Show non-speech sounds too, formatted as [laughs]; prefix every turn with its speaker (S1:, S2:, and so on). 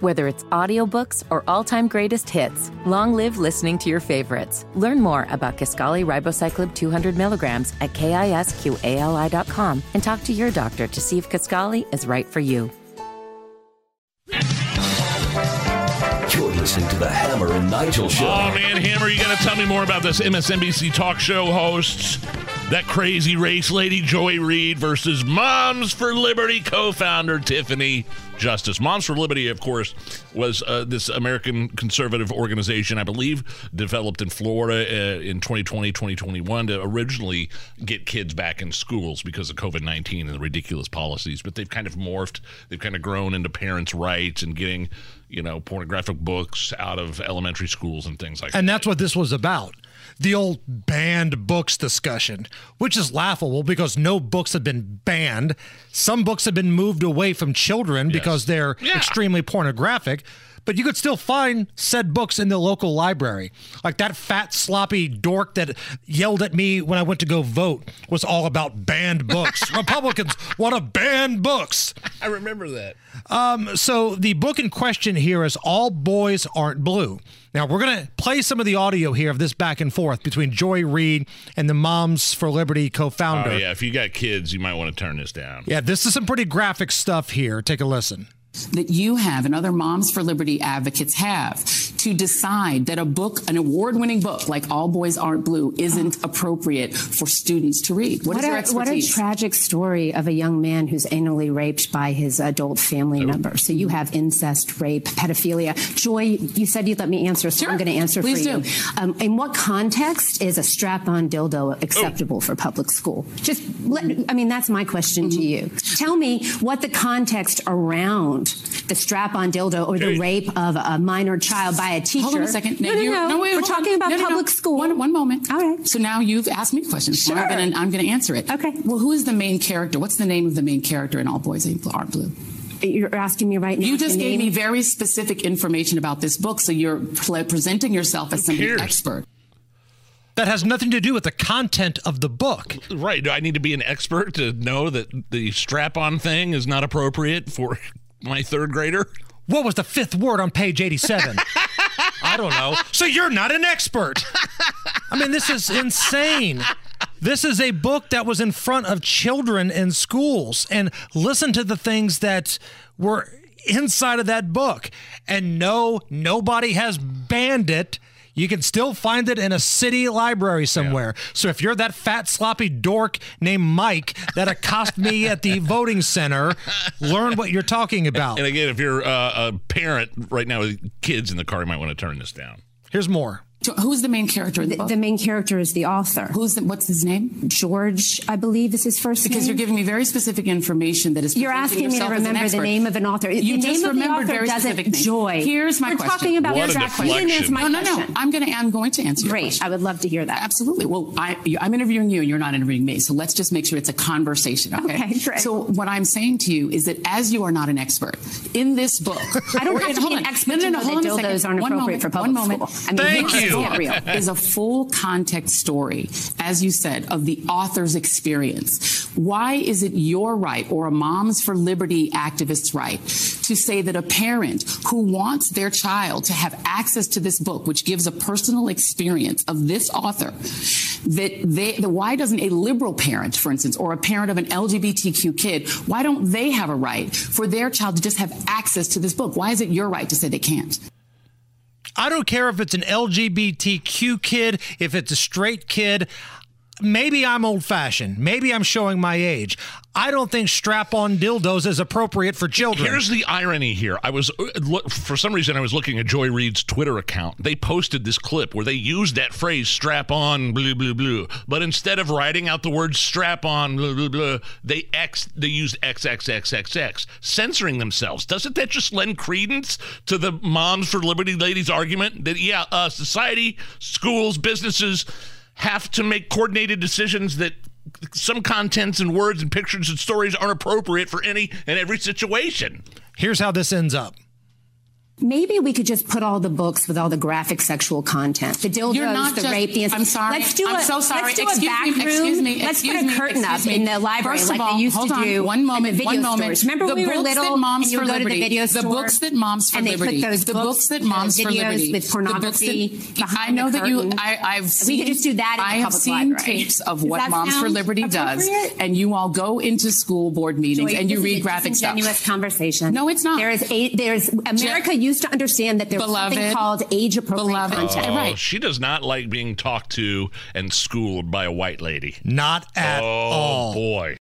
S1: Whether it's audiobooks or all-time greatest hits, long live listening to your favorites. Learn more about Kaskali Ribocyclib 200 milligrams at kisqali.com and talk to your doctor to see if Kaskali is right for you.
S2: You're listening to the Hammer and Nigel Show.
S3: Oh man, Hammer, you got to tell me more about this MSNBC talk show hosts. That crazy race lady Joy Reid versus Moms for Liberty co-founder Tiffany Justice. Moms for Liberty, of course, was uh, this American conservative organization, I believe, developed in Florida uh, in 2020, 2021 to originally get kids back in schools because of COVID 19 and the ridiculous policies. But they've kind of morphed, they've kind of grown into parents' rights and getting, you know, pornographic books out of elementary schools and things like that.
S4: And that's what this was about. The old banned books discussion, which is laughable because no books have been banned. Some books have been moved away from children because they're
S3: Yeah.
S4: extremely pornographic, but you could still find said books in the local library. Like that fat, sloppy dork that yelled at me when I went to go vote was all about banned books. Republicans want to ban books.
S3: I remember that.
S4: So the book in question here is All Boys Aren't Blue. Now we're going to play some of the audio here of this back and forth between Joy Reid and the Moms for Liberty co-founder.
S3: Oh, yeah. If you got kids, you might want to turn this down.
S4: yeah, this is some pretty graphic stuff here. Take a listen.
S5: that you have and other Moms for Liberty advocates have to decide that a book, an award winning book like All Boys Aren't Blue, isn't appropriate for students to read? what is your
S6: a, what a
S5: expertise?
S6: tragic story of a young man who's anally raped by his adult family member. So you have incest, rape, pedophilia. Joy, you said you'd let me answer, so
S5: Sure.
S6: I'm going to answer
S5: Please
S6: for you.
S5: do.
S6: Um, in what context is a strap-on dildo acceptable for public school? Just let, I mean, that's my question to you.
S5: Mm-hmm.
S6: Tell me what the context around the strap-on dildo or the rape of a minor child by a teacher.
S5: Hold on a second.
S6: No,
S5: Now
S6: no,
S5: you-
S6: no.
S5: wait,
S6: We're
S5: hold on.
S6: talking about
S5: No, no, no.
S6: public school.
S5: One, one moment.
S6: All right.
S5: So now you've asked me questions. So
S6: Sure.
S5: I'm going to I'm gonna answer it.
S6: Okay.
S5: Well, who is the main character? What's the name of the main character in All Boys Aren't Blue?
S6: You're asking me right now.
S5: You
S6: to
S5: just gave
S6: name-
S5: me very specific information about this book, so you're pl- presenting yourself as somebody
S3: cares?
S5: expert.
S4: That has nothing to do with the content of the book.
S3: Right. Do I need to be an expert to know that the strap on thing is not appropriate for my third grader?
S4: What was the fifth word on page 87? [laughs] I don't know. So you're not an expert. I mean, this is insane. This is a book that was in front of children in schools. And listen to the things that were inside of that book. And no, nobody has banned it. You can still find it in a city library somewhere. So if you're that fat, sloppy dork named Mike that accosted me at the voting center, learn what you're talking about.
S3: And again, if you're uh, a parent right now with kids in the car, you might want to turn this down.
S4: Here's more.
S5: So Who's the main character in the, book?
S6: The main character is the author.
S5: Who's the, what's his name?
S6: George, I believe is his first
S5: Because you're
S6: name.
S5: giving me very specific information that is.
S6: You're
S5: presenting
S6: asking me to
S5: yourself as an
S6: remember the
S5: expert.
S6: name of an author.
S5: You
S6: the
S5: just
S6: name of the
S5: remembered
S6: author
S5: very
S6: doesn't
S5: specific names.
S6: joy.
S5: Here's my
S6: We're
S5: question.
S6: talking about
S3: What a
S6: exactly. You didn't answer my
S5: No, no, no.
S6: question.
S5: I'm going to. I'm going to answer. your
S6: Great.
S5: question.
S6: I would love to hear that.
S5: Absolutely. Well, I, you- I'm interviewing you and you're not interviewing me. So let's just make sure it's a conversation. Okay.
S6: Okay, great.
S5: So what I'm saying to you is that as you are not an expert in this book,
S6: I
S5: [laughs]
S6: don't
S5: or
S6: have
S5: in-
S6: to be
S5: hold
S6: an
S5: on. No,
S6: expert
S5: no,
S6: to
S5: no,
S6: know that
S5: hold on a
S6: dildos
S5: second.
S6: aren't
S5: One
S6: appropriate
S5: moment,
S6: for
S5: one
S6: public
S5: moment.
S6: school. I mean,
S3: Thank
S6: let's
S5: this
S3: you.
S6: get real.
S5: is a full context story, as you said, of the author's experience. Why is it your right or a Moms for Liberty activist's right to say that a parent who wants their child to have access to this book, which gives a personal experience of this author, that they, that why doesn't a liberal parent, for instance, or a parent of an LGBTQ kid, why don't they have a right for their child to just have access to this book? Why is it your right to say they can't?
S4: I don't care if it's an LGBTQ kid, if it's a straight kid. Maybe I'm old fashioned. Maybe I'm showing my age. I don't think strap on dildos is appropriate for children.
S3: Here's the irony here. I was uh, look, for some reason I was looking at Joy Reid's Twitter account. They posted this clip where they used that phrase "strap on blue blue blue," but instead of writing out the word "strap on blue blue blue," they x they used xxxxx, censoring themselves. Doesn't that just lend credence to the Moms for Liberty ladies' argument that yeah, uh, society, schools, businesses have to make coordinated decisions that some contents and words and pictures and stories aren't appropriate for any and every situation.
S4: Here's how this ends up.
S6: maybe we could just put all the books with all the graphic sexual content. The dildos,
S5: You're not
S6: the
S5: just-
S6: rape, the
S5: I'm sorry.
S6: Let's do
S5: I'm
S6: a,
S5: so sorry.
S6: Let's do
S5: Excuse
S6: a back
S5: me,
S6: room.
S5: excuse me,
S6: Let's put
S5: excuse
S6: a
S5: me,
S6: curtain up
S5: excuse me.
S6: in the library
S5: First of
S6: like
S5: all,
S6: they used
S5: hold
S6: to
S5: on.
S6: do.
S5: One
S6: in
S5: moment,
S6: The video
S5: one moment.
S6: Stores. Remember
S5: The
S6: when we were
S5: books
S6: little
S5: that Moms
S6: and you
S5: for
S6: would go to
S5: Liberty-
S6: the video
S5: the
S6: store.
S5: books that Moms for
S6: and
S5: Liberty-
S6: they put those
S5: the
S6: books,
S5: books that
S6: those
S5: Moms for
S6: videos
S5: Liberty-
S6: with
S5: the books that-
S6: pornography. behind
S5: I know
S6: the
S5: that you-
S6: curtain.
S5: I- I've
S6: We
S5: seen-
S6: could just do that. In
S5: I
S6: the
S5: have
S6: public
S5: seen
S6: library.
S5: tapes of
S6: Does
S5: what
S6: that
S5: Moms for
S6: sound
S5: Liberty does,
S6: appropriate?
S5: and you all go into school board meetings
S6: Joy,
S5: and you
S6: this is
S5: read
S6: a
S5: graphic stuff.
S6: disingenuous conversation.
S5: No, it's not.
S6: There is a, there's America used to understand that there was something
S5: Beloved.
S6: called age appropriate
S5: Beloved.
S6: content.
S5: Oh,
S3: Oh, she does not like being talked to and schooled by a white lady.
S4: Not at
S3: oh
S4: all.
S3: boy.